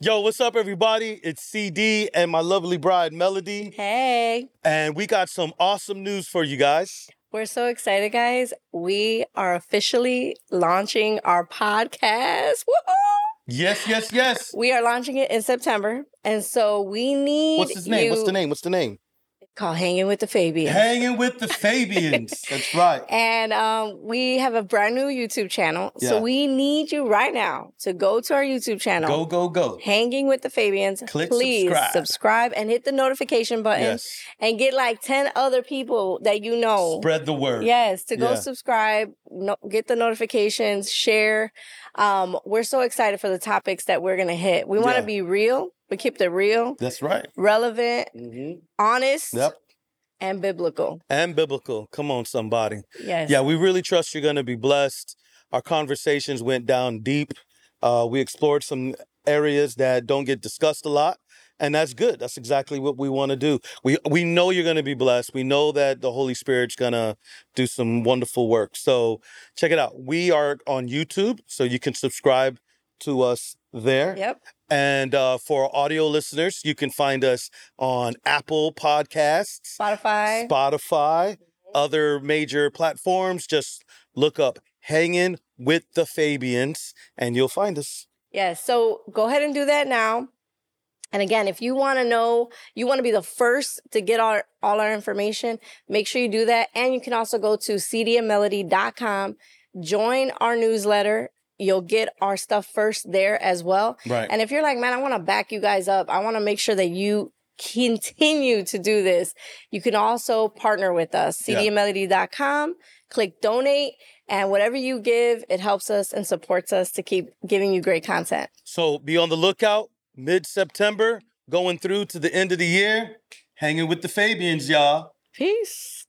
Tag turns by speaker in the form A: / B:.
A: Yo, what's up, everybody? It's CD and my lovely bride, Melody.
B: Hey,
A: And we got some awesome news for you guys.
B: we're so excited, guys. We are officially launching our podcast. Woohoo!
A: Yes, yes, yes.
B: We are launching it in September. And so we need
A: What's his name? What's
B: you-
A: the name? What's the name?
B: Called Hanging with the Fabian.
A: Hanging with the Fabians. That's right.
B: And um, we have a brand new YouTube channel.
A: Yeah.
B: So we need you right now to go to our YouTube channel.
A: Go, go, go.
B: Hanging with the Fabians.
A: Click
B: Please
A: subscribe.
B: and hit the notification button
A: Yes.
B: and get like 10 other people that you know.
A: Spread the word.
B: Yes, to go
A: Yeah.
B: subscribe, no, get the notifications, share. Um, we're so excited for the topics that we're gonna hit. We want to
A: Yeah.
B: be real. We keep the real,
A: That's right.
B: relevant,
A: Mm-hmm.
B: honest,
A: Yep.
B: and biblical.
A: And biblical. Come on, somebody.
B: Yes.
A: Yeah, we really trust you're going to be blessed. Our conversations went down deep. Uh, we explored some areas that don't get discussed a lot, and that's good. That's exactly what we want to do. We we know you're going to be blessed. We know that the Holy Spirit's going to do some wonderful work. So check it out. We are on YouTube, so you can subscribe to us there.
B: Yep.
A: And uh, for audio listeners, you can find us on Apple Podcasts.
B: Spotify. Mm-hmm.
A: Spotify, other major platforms. Just look up Hanging with the Fabians and you'll find us.
B: Yes. So go ahead and do that now. And again, if you want to know, you want to be the first to get our, all our information, make sure you do that. And you can also go to cdmmelody.com, join our newsletter. You'll get our stuff first there as well.
A: Right.
B: And if you're like, man, I want to back you guys up, I want to make sure that you continue to do this, you can also partner with us,
A: Yeah.
B: cdmelody.com, click donate, and whatever you give, it helps us and supports us to keep giving you great content.
A: so be on the lookout mid September, going through to the end of the year. Hanging with the Fabians, y'all.
B: Peace.